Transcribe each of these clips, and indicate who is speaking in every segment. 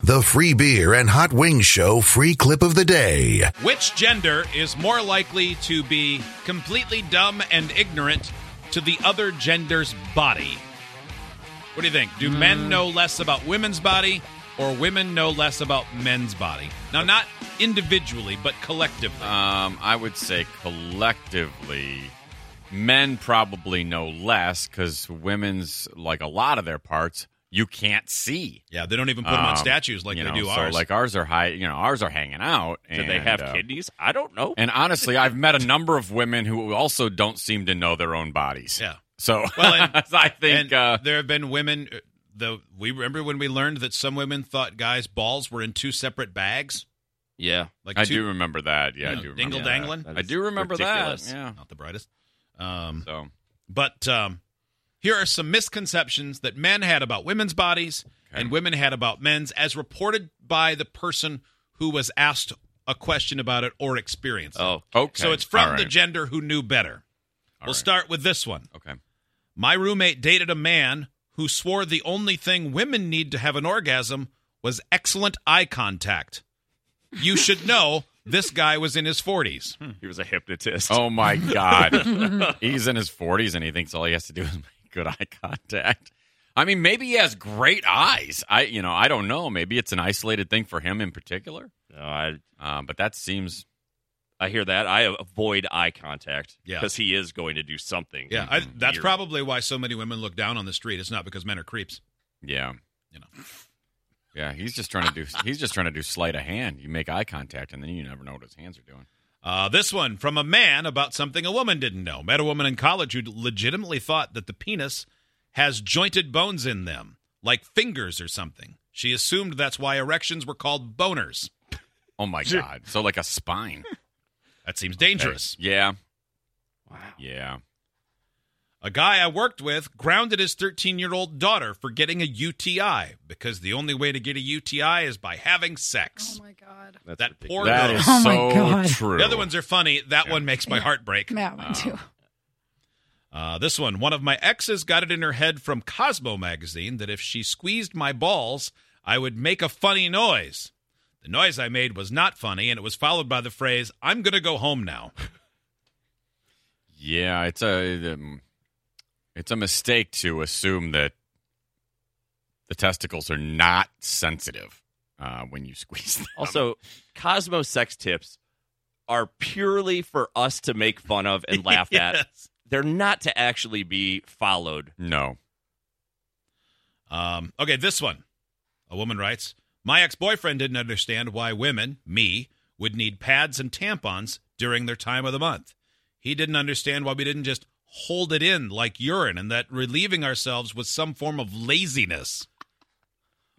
Speaker 1: The Free Beer and Hot Wings Show free clip of the day.
Speaker 2: Which gender is more likely to be completely dumb and ignorant to the other gender's body? What do you think? Do
Speaker 3: Mm.
Speaker 2: men know less about women's body or women know less about men's body? Now, not individually, but collectively.
Speaker 3: Um, I would say collectively, men probably know less because women's like a lot of their parts you can't see.
Speaker 2: yeah, they don't even put them on
Speaker 3: Um,
Speaker 2: statues like
Speaker 3: you
Speaker 2: they
Speaker 3: know,
Speaker 2: do
Speaker 3: so
Speaker 2: ours.
Speaker 3: Like ours are high. You know, ours are hanging out.
Speaker 4: Do they
Speaker 3: and,
Speaker 4: have
Speaker 3: uh,
Speaker 4: kidneys? I don't know.
Speaker 3: And honestly, I've met a number of women who also don't seem to know their own bodies.
Speaker 2: yeah.
Speaker 3: So
Speaker 2: Well, and-
Speaker 3: I think
Speaker 2: and
Speaker 3: uh,
Speaker 2: there have been women. uh, The we remember when we learned that some women thought guys' balls were in two separate bags.
Speaker 4: yeah.
Speaker 2: Like
Speaker 3: I
Speaker 2: two,
Speaker 3: do remember that. Yeah,
Speaker 2: you
Speaker 3: I
Speaker 2: know,
Speaker 3: do. Remember
Speaker 2: dingle
Speaker 3: that.
Speaker 2: dangling.
Speaker 4: that
Speaker 3: I
Speaker 4: is
Speaker 3: do remember
Speaker 4: ridiculous.
Speaker 3: that. Yeah.
Speaker 2: Not the brightest. Um,
Speaker 3: So
Speaker 2: But um, here are some misconceptions that men had about women's bodies
Speaker 3: Okay.
Speaker 2: and women had about men's, as reported by the person who was asked a question about it or experienced. it.
Speaker 4: Oh,
Speaker 3: okay.
Speaker 2: so it's from
Speaker 3: All
Speaker 2: the
Speaker 3: right.
Speaker 2: gender who knew better.
Speaker 3: All
Speaker 2: we'll
Speaker 3: right.
Speaker 2: start with this one.
Speaker 3: Okay.
Speaker 2: My roommate dated a man who swore the only thing women need to have an orgasm was excellent eye contact. You should know this guy was in his 40s.
Speaker 3: Hmm.
Speaker 4: he was a hypnotist.
Speaker 3: Oh my God. He's in his 40s and he thinks all he has to do is make good eye contact. I mean, maybe he has great eyes. I, you know, I don't know. Maybe it's an isolated thing for him in particular.
Speaker 4: No, I
Speaker 3: Um, but that seems
Speaker 4: I hear that. I avoid eye contact
Speaker 2: Yeah.
Speaker 4: because he is going to do something.
Speaker 2: Yeah, I, that's
Speaker 4: Weird.
Speaker 2: probably why so many women look down on the street. It's not because men are creeps.
Speaker 3: yeah.
Speaker 2: You know.
Speaker 3: Yeah, he's just trying to do he's just trying to do sleight of hand. You make eye contact and then you never know what his hands are doing.
Speaker 2: Uh, this one from a man about something a woman didn't know. Met a woman in college who legitimately thought that the penis has jointed bones in them, like fingers or something. She assumed that's why erections were called boners.
Speaker 3: Oh my god. So like a spine.
Speaker 2: That seems dangerous.
Speaker 3: Yeah.
Speaker 4: Wow.
Speaker 3: Yeah.
Speaker 2: A guy I worked with grounded his 13 year old daughter for getting a UTI because the only way to get a UTI is by having sex.
Speaker 5: Oh my god.
Speaker 4: That's
Speaker 2: That
Speaker 4: ridiculous.
Speaker 2: poor
Speaker 3: That
Speaker 2: girl.
Speaker 3: is
Speaker 5: Oh my
Speaker 3: so
Speaker 5: God.
Speaker 3: true.
Speaker 2: the other ones are funny. That
Speaker 3: Yeah.
Speaker 2: one makes my heart break. Um,
Speaker 5: Matt went too.
Speaker 2: Uh, this one, one of my exes got it in her head from Cosmo magazine that if she squeezed my balls, I would make a funny noise. The noise I made was not funny, and it was followed by the phrase, I'm going to go home now.
Speaker 3: Yeah, it's a um, it's a mistake to assume that the testicles are not sensitive uh, when you squeeze them.
Speaker 2: um,
Speaker 4: Also, Cosmo sex tips are purely for us to make fun of and laugh at.
Speaker 2: Yes.
Speaker 4: They're not to actually be followed.
Speaker 3: no.
Speaker 2: Um, okay, this one. A woman writes, My ex boyfriend didn't understand why women, me, would need pads and tampons during their time of the month. He didn't understand why we didn't just hold it in like urine and that relieving ourselves was some form of laziness.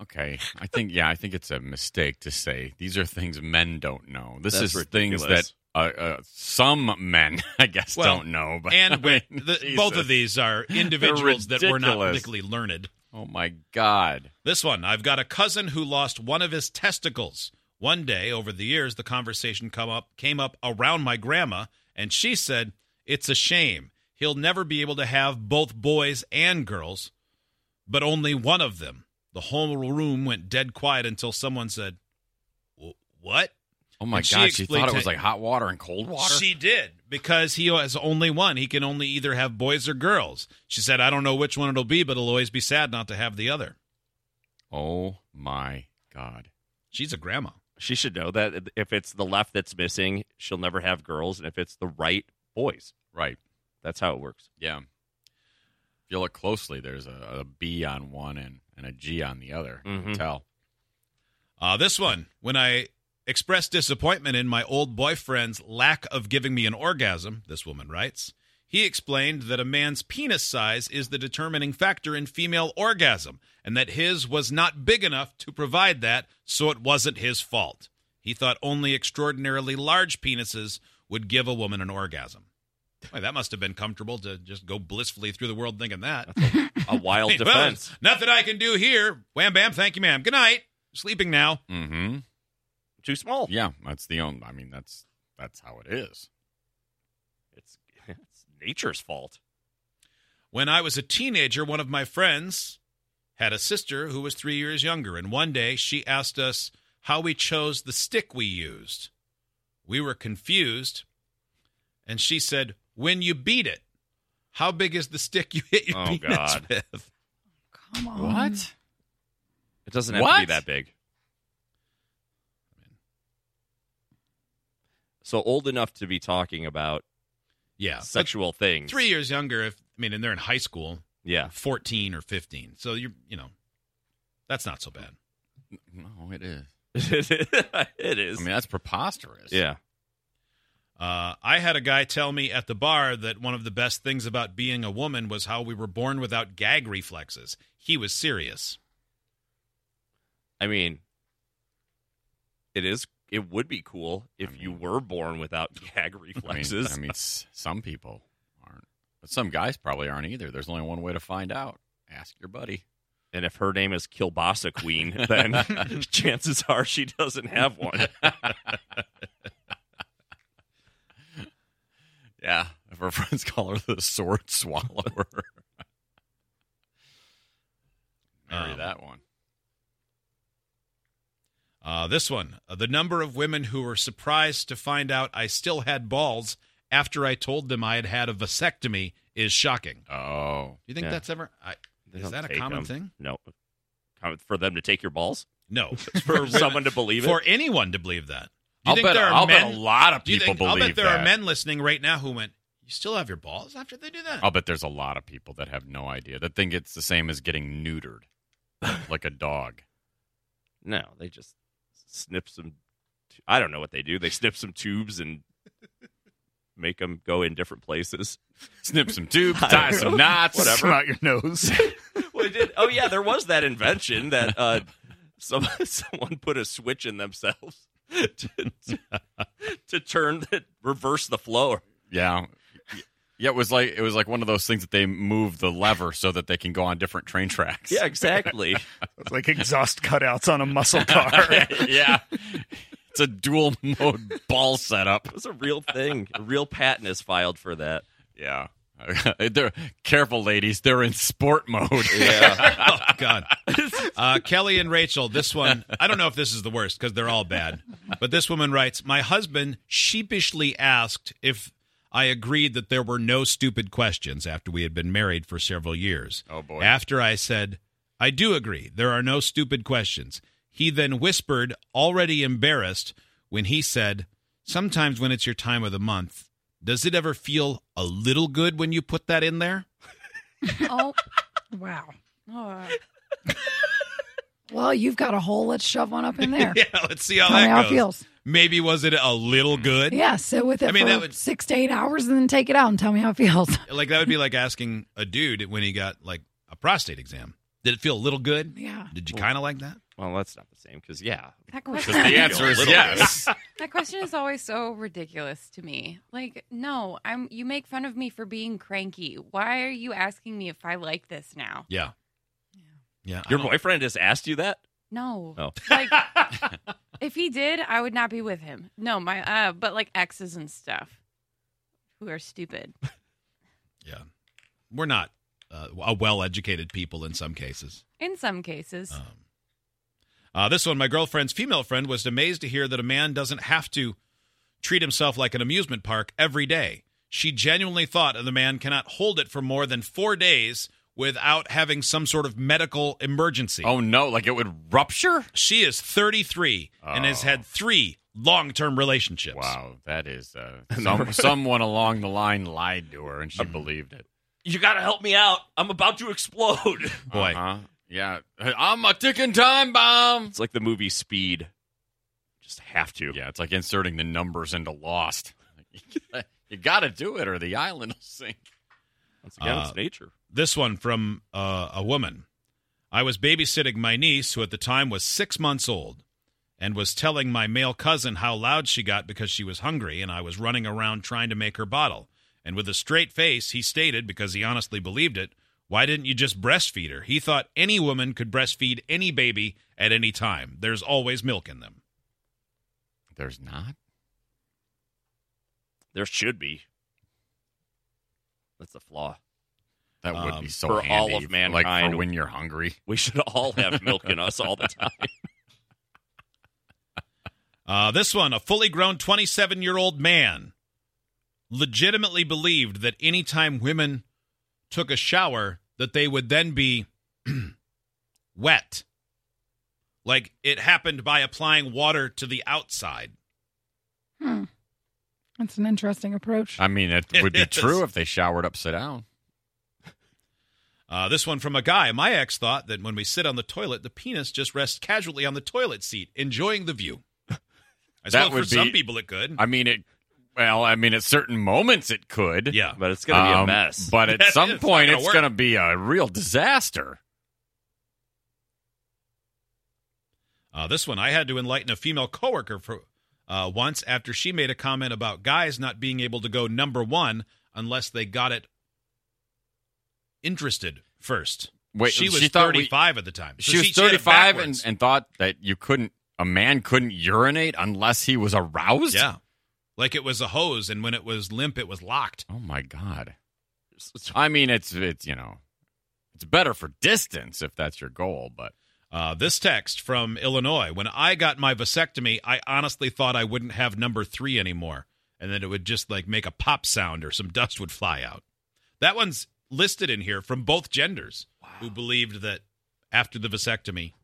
Speaker 3: Okay, I think yeah, I think it's a mistake to say these are things men don't know. This
Speaker 4: That's
Speaker 3: is things
Speaker 4: ridiculous.
Speaker 3: that uh, uh, some men, I guess,
Speaker 2: Well,
Speaker 3: don't know. But I
Speaker 2: And wi-
Speaker 3: mean,
Speaker 2: the,
Speaker 3: Jesus.
Speaker 2: both of these are individuals that were not
Speaker 3: ridiculous.
Speaker 2: particularly learned.
Speaker 3: Oh my God!
Speaker 2: This one, I've got a cousin who lost one of his testicles. One day over the years, the conversation come up came up around my grandma, and she said, "It's a shame. He'll never be able to have both boys and girls, but only one of them." The whole room went dead quiet until someone said, "Wh- "What?"
Speaker 3: Oh my
Speaker 2: And she
Speaker 3: God! She thought
Speaker 2: explained
Speaker 3: it was
Speaker 2: to-
Speaker 3: like hot water and cold water.
Speaker 2: She did because he has only one. He can only either have boys or girls. She said, "I don't know which one it'll be, but it'll always be sad not to have the other."
Speaker 3: oh my God!
Speaker 2: She's a grandma.
Speaker 4: She should know that if it's the left that's missing, she'll never have girls, and if it's the right, boys.
Speaker 3: Right.
Speaker 4: That's how it works.
Speaker 3: Yeah. If you look closely, there's a, a B on one and, and a G on the other. You can
Speaker 4: Mhm.
Speaker 3: Tell.
Speaker 2: Uh, this one, when I expressed disappointment in my old boyfriend's lack of giving me an orgasm, this woman writes, He explained that a man's penis size is the determining factor in female orgasm, and that his was not big enough to provide that, so it wasn't his fault. He thought only extraordinarily large penises would give a woman an orgasm. Boy, that must have been comfortable to just go blissfully through the world thinking that.
Speaker 4: A wild
Speaker 2: Hey, well,
Speaker 4: defense.
Speaker 2: there's nothing I can do here. Wham bam, thank you, ma'am. Good night. Sleeping now.
Speaker 3: Mm-hmm.
Speaker 4: Too small.
Speaker 3: Yeah, that's the only. I mean, that's that's how it is.
Speaker 4: It's, it's nature's fault.
Speaker 2: When I was a teenager, one of my friends had a sister who was three years younger, and one day she asked us how we chose the stick we used. We were confused, and she said, When you beat it, how big is the stick you hit your
Speaker 4: Oh,
Speaker 2: penis
Speaker 4: God.
Speaker 2: with?
Speaker 5: Come on.
Speaker 4: It doesn't have to be
Speaker 3: What?
Speaker 4: that big. So old enough to be talking about
Speaker 2: Yeah. but
Speaker 4: sexual things.
Speaker 2: Three years younger, if I mean, and they're in high school,
Speaker 4: Yeah.
Speaker 2: 14 or 15. So you're, you know, that's not so bad.
Speaker 3: No, it is.
Speaker 4: it is.
Speaker 3: I mean, that's preposterous.
Speaker 4: yeah.
Speaker 2: Uh, I had a guy tell me at the bar that one of the best things about being a woman was how we were born without gag reflexes. He was serious.
Speaker 4: I mean, it is. It would be cool if you were born without
Speaker 3: I
Speaker 4: gag
Speaker 3: mean,
Speaker 4: reflexes.
Speaker 3: I mean, s- some people aren't, but some guys probably aren't either. There's only one way to find out. Ask your buddy.
Speaker 4: and if her name is Kilbasa Queen, then chances are she doesn't have one.
Speaker 3: Yeah, if her friends call her the sword swallower, marry
Speaker 2: Um,
Speaker 3: that one.
Speaker 2: Uh, this one uh, the number of women who were surprised to find out I still had balls after I told them I had had a vasectomy is shocking. Do
Speaker 3: Oh,
Speaker 2: you think
Speaker 4: Yeah.
Speaker 2: that's ever. I,
Speaker 4: They
Speaker 2: is
Speaker 4: don't
Speaker 2: that a
Speaker 4: take
Speaker 2: common
Speaker 4: them.
Speaker 2: thing?
Speaker 4: No. Common- For them to take your balls?
Speaker 2: No.
Speaker 4: For someone to believe it?
Speaker 2: For anyone to believe that. Do you
Speaker 3: I'll
Speaker 2: think
Speaker 3: bet.
Speaker 2: there are
Speaker 3: I'll
Speaker 2: men,
Speaker 3: bet a lot of
Speaker 2: do you
Speaker 3: people
Speaker 2: think,
Speaker 3: believe
Speaker 2: I'll bet there
Speaker 3: that.
Speaker 2: are men listening right now who went, You still have your balls after they do that?
Speaker 3: I'll bet there's a lot of people that have no idea that think it's the same as getting neutered, like a dog.
Speaker 4: No, they just snip some. I don't know what they do. They snip some tubes and make them go in different places.
Speaker 3: Snip some tubes,
Speaker 4: I don't
Speaker 3: tie some
Speaker 4: know.
Speaker 3: knots,
Speaker 4: Whatever.
Speaker 1: out your nose.
Speaker 4: Well, it did. Oh yeah, there was that invention that uh, some someone put a switch in themselves to, to, to turn the, reverse the flow.
Speaker 3: Yeah. Yeah, it was like it was like one of those things that they move the lever so that they can go on different train tracks.
Speaker 4: Yeah, exactly.
Speaker 6: It's like exhaust cutouts on a muscle car.
Speaker 3: yeah. It's a dual mode ball setup.
Speaker 4: It was a real thing. A real patent is filed for that.
Speaker 3: Yeah. they're careful ladies, they're in sport mode.
Speaker 4: Yeah.
Speaker 2: oh god uh, kelly and rachel this one i don't know if this is the worst because they're all bad but this woman writes my husband sheepishly asked if i agreed that there were no stupid questions after we had been married for several years
Speaker 3: Oh, boy.
Speaker 2: after i said i do agree there are no stupid questions he then whispered already embarrassed when he said sometimes when it's your time of the month does it ever feel a little good when you put that in there
Speaker 5: Oh, wow. Oh. well, you've got a hole. Let's shove one up in there.
Speaker 2: yeah let's see how
Speaker 5: Tell me
Speaker 2: that
Speaker 5: how
Speaker 2: goes
Speaker 5: it feels.
Speaker 2: Maybe was it a little good?
Speaker 5: Yeah, sit with it
Speaker 2: I mean,
Speaker 5: for
Speaker 2: that would-
Speaker 5: six to eight hours and then take it out and tell me how it feels.
Speaker 2: Like that would be like asking a dude when he got like a prostate exam. Did it feel a little good?
Speaker 5: Yeah.
Speaker 2: Did you kind of like that?
Speaker 4: well, that's not the same because yeah,
Speaker 7: That
Speaker 3: 'Cause
Speaker 7: question,
Speaker 3: the answer is yes.
Speaker 7: that question is always so ridiculous to me. Like, no, I'm. You make fun of me for being cranky. Why are you asking me if I like this now?
Speaker 2: Yeah. Yeah. I
Speaker 4: your
Speaker 2: don't-
Speaker 4: boyfriend has asked you that.
Speaker 7: No.
Speaker 4: Oh.
Speaker 7: Like, if he did, I would not be with him. No, my. Uh, but like exes and stuff, who are stupid.
Speaker 2: yeah. We're not uh, a well-educated people in some cases.
Speaker 7: In some cases,
Speaker 2: Um, uh, this one, my girlfriend's female friend was amazed to hear that a man doesn't have to treat himself like an amusement park every day. She genuinely thought that the man cannot hold it for more than four days without having some sort of medical emergency.
Speaker 3: Oh no, like it would rupture?
Speaker 2: She is 33 and has
Speaker 3: Oh.
Speaker 2: had three long term relationships.
Speaker 3: Wow, that is uh, some, someone along the line lied to her and she
Speaker 4: Um,
Speaker 3: believed it.
Speaker 4: You got to help me out. I'm about to explode.
Speaker 2: Boy.
Speaker 3: Uh-huh. Yeah. I'm a ticking time bomb.
Speaker 4: It's like the movie Speed. Just have to.
Speaker 3: Yeah, it's like inserting the numbers into Lost. You got to do it, or the island will sink.
Speaker 4: Once again,
Speaker 2: Uh,
Speaker 4: it's nature.
Speaker 2: This one from uh, a woman. I was babysitting my niece, who at the time was six months old, and was telling my male cousin how loud she got because she was hungry, and I was running around trying to make her bottle. And with a straight face, he stated, because he honestly believed it, why didn't you just breastfeed her? He thought any woman could breastfeed any baby at any time. There's always milk in them.
Speaker 3: There's not.
Speaker 4: There should be. That's a flaw.
Speaker 3: That would
Speaker 2: Um,
Speaker 3: be so
Speaker 4: for all
Speaker 3: handy, Like
Speaker 4: of mankind.
Speaker 3: for when you're hungry.
Speaker 4: We should all have milk in us all the time.
Speaker 2: Uh, this one, a fully grown 27 year old man legitimately believed that anytime women took a shower, that they would then be wet. Like it happened by applying water to the outside.
Speaker 5: Hmm. That's an interesting approach.
Speaker 2: Uh,
Speaker 3: I mean, it
Speaker 2: It
Speaker 3: would be
Speaker 2: is.
Speaker 3: true if they showered upside down.
Speaker 2: Uh, this one from a guy. My ex thought that when we sit on the toilet, the penis just rests casually on the toilet seat, enjoying the view. I
Speaker 3: That
Speaker 2: suppose for
Speaker 3: would be-
Speaker 2: some people it could.
Speaker 3: I mean, it. Well, I mean, at certain moments it could.
Speaker 2: yeah.
Speaker 4: But it's going to be a
Speaker 3: Um,
Speaker 4: mess.
Speaker 3: But at
Speaker 2: That
Speaker 3: some
Speaker 2: is. It's not
Speaker 3: point,
Speaker 2: gonna
Speaker 3: it's
Speaker 2: work.
Speaker 3: going to be a real disaster.
Speaker 2: Uh, this one, I had to enlighten a female coworker for uh, once after she made a comment about guys not being able to go number one unless they got it interested first.
Speaker 3: Wait,
Speaker 2: she was
Speaker 3: she thought we-
Speaker 2: 35 at the time. So
Speaker 3: she was
Speaker 2: had it
Speaker 3: 35 and,
Speaker 2: backwards.
Speaker 3: and thought that you couldn't a man couldn't urinate unless he was aroused
Speaker 2: yeah, like it was a hose, and when it was limp, it was locked.
Speaker 3: oh my god
Speaker 4: It's- it's-
Speaker 3: i mean it's it's you know it's better for distance if that's your goal but
Speaker 2: Uh, this text from Illinois: When I got my vasectomy, I honestly thought I wouldn't have number three anymore, and that it would just like make a pop sound or some dust would fly out. That one's listed in here from both genders who believed that after the vasectomy,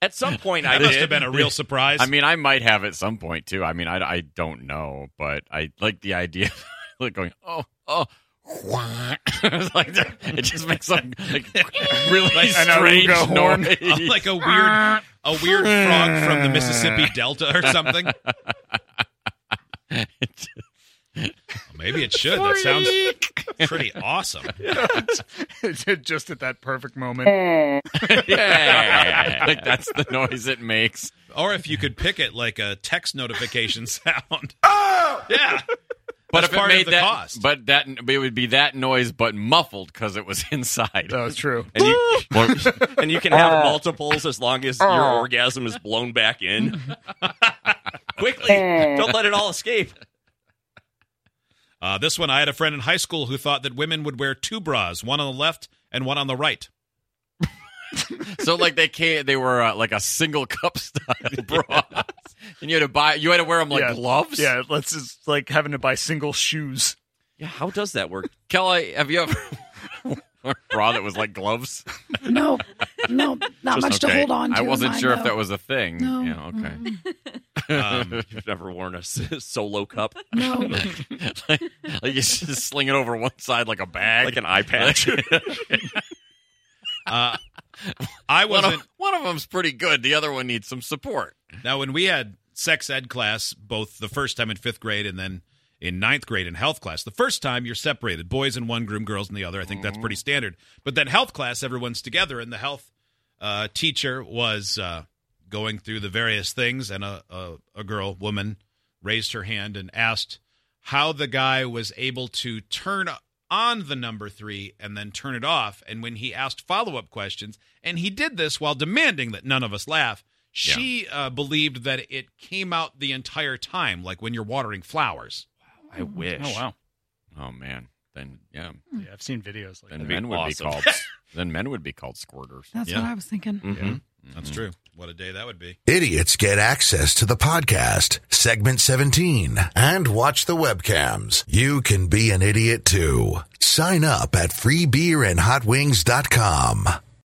Speaker 4: at some point, I
Speaker 2: that must
Speaker 4: did.
Speaker 2: have been a real surprise.
Speaker 3: i mean i might have at some point too i mean i, I don't know but i like the idea of like going oh oh it's like that- it just makes some like really
Speaker 2: Like an
Speaker 3: strange
Speaker 6: aruga horn.
Speaker 3: noise.
Speaker 2: Uh, like a weird, a weird frog from the Mississippi Delta or something. Maybe it should. That sounds pretty awesome.
Speaker 6: Just at that perfect moment.
Speaker 3: yeah, like that's the noise it makes.
Speaker 2: Or if you could pick it like a text notification sound. Yeah.
Speaker 3: But
Speaker 2: That's
Speaker 3: if it
Speaker 2: part of
Speaker 3: made
Speaker 2: the
Speaker 3: that,
Speaker 2: cost.
Speaker 3: but that but it would be that noise, but muffled because it was inside.
Speaker 2: Uh,
Speaker 6: That was Uh, true.
Speaker 4: and, you, and you can have multiples as long as your orgasm is blown back in. Quickly. Don't let it all escape.
Speaker 2: Uh, this one, I had a friend in high school who thought that women would wear two bras, one on the left and one on the right.
Speaker 3: so like they can't. They were uh, like a single cup style bra, and you had to buy. You had to wear them like
Speaker 6: yeah.
Speaker 3: gloves.
Speaker 6: Yeah, let's just like having to buy single shoes.
Speaker 4: Yeah, how does that work?
Speaker 3: Kelly, have you ever worn a bra that was like gloves?
Speaker 5: no, no, not much to
Speaker 3: Okay.
Speaker 5: hold on to.
Speaker 3: I wasn't
Speaker 5: in
Speaker 3: sure
Speaker 5: mine,
Speaker 3: if
Speaker 5: though.
Speaker 3: that was a thing.
Speaker 5: No.
Speaker 3: Yeah. Okay.
Speaker 2: Um,
Speaker 4: You've never worn a s- solo cup
Speaker 5: No.
Speaker 3: like, like you just sling it over one side like a bag,
Speaker 4: like an eye patch.
Speaker 2: uh, I
Speaker 3: one,
Speaker 2: wasn't.
Speaker 3: of, one of them's pretty good. The other one needs some support.
Speaker 2: Now, when we had sex ed class, both the first time in fifth grade and then in ninth grade in health class, the first time you're separated, boys in one room, girls in the other. I think that's pretty standard. But then health class, everyone's together, and the health uh, teacher was uh, going through the various things, and a, a, a girl, woman, raised her hand and asked how the guy was able to turn on the number three and then turn it off. And when he asked follow up questions, and he did this while demanding that none of us laugh, she uh, believed that it came out the entire time, like when you're watering flowers.
Speaker 4: I wish.
Speaker 6: Oh wow.
Speaker 3: Oh man. Then yeah.
Speaker 6: Yeah, I've seen videos like
Speaker 3: Then
Speaker 6: that.
Speaker 4: be
Speaker 3: men would
Speaker 4: awesome.
Speaker 3: be called. then men would be called squirters.
Speaker 5: That's
Speaker 2: Yeah.
Speaker 5: what I was thinking.
Speaker 4: Mhm.
Speaker 2: That's true. What a day that would be.
Speaker 1: Idiots get access to the podcast, segment 17, and watch the webcams. You can be an idiot too. Sign up at freebeerandhotwings.com.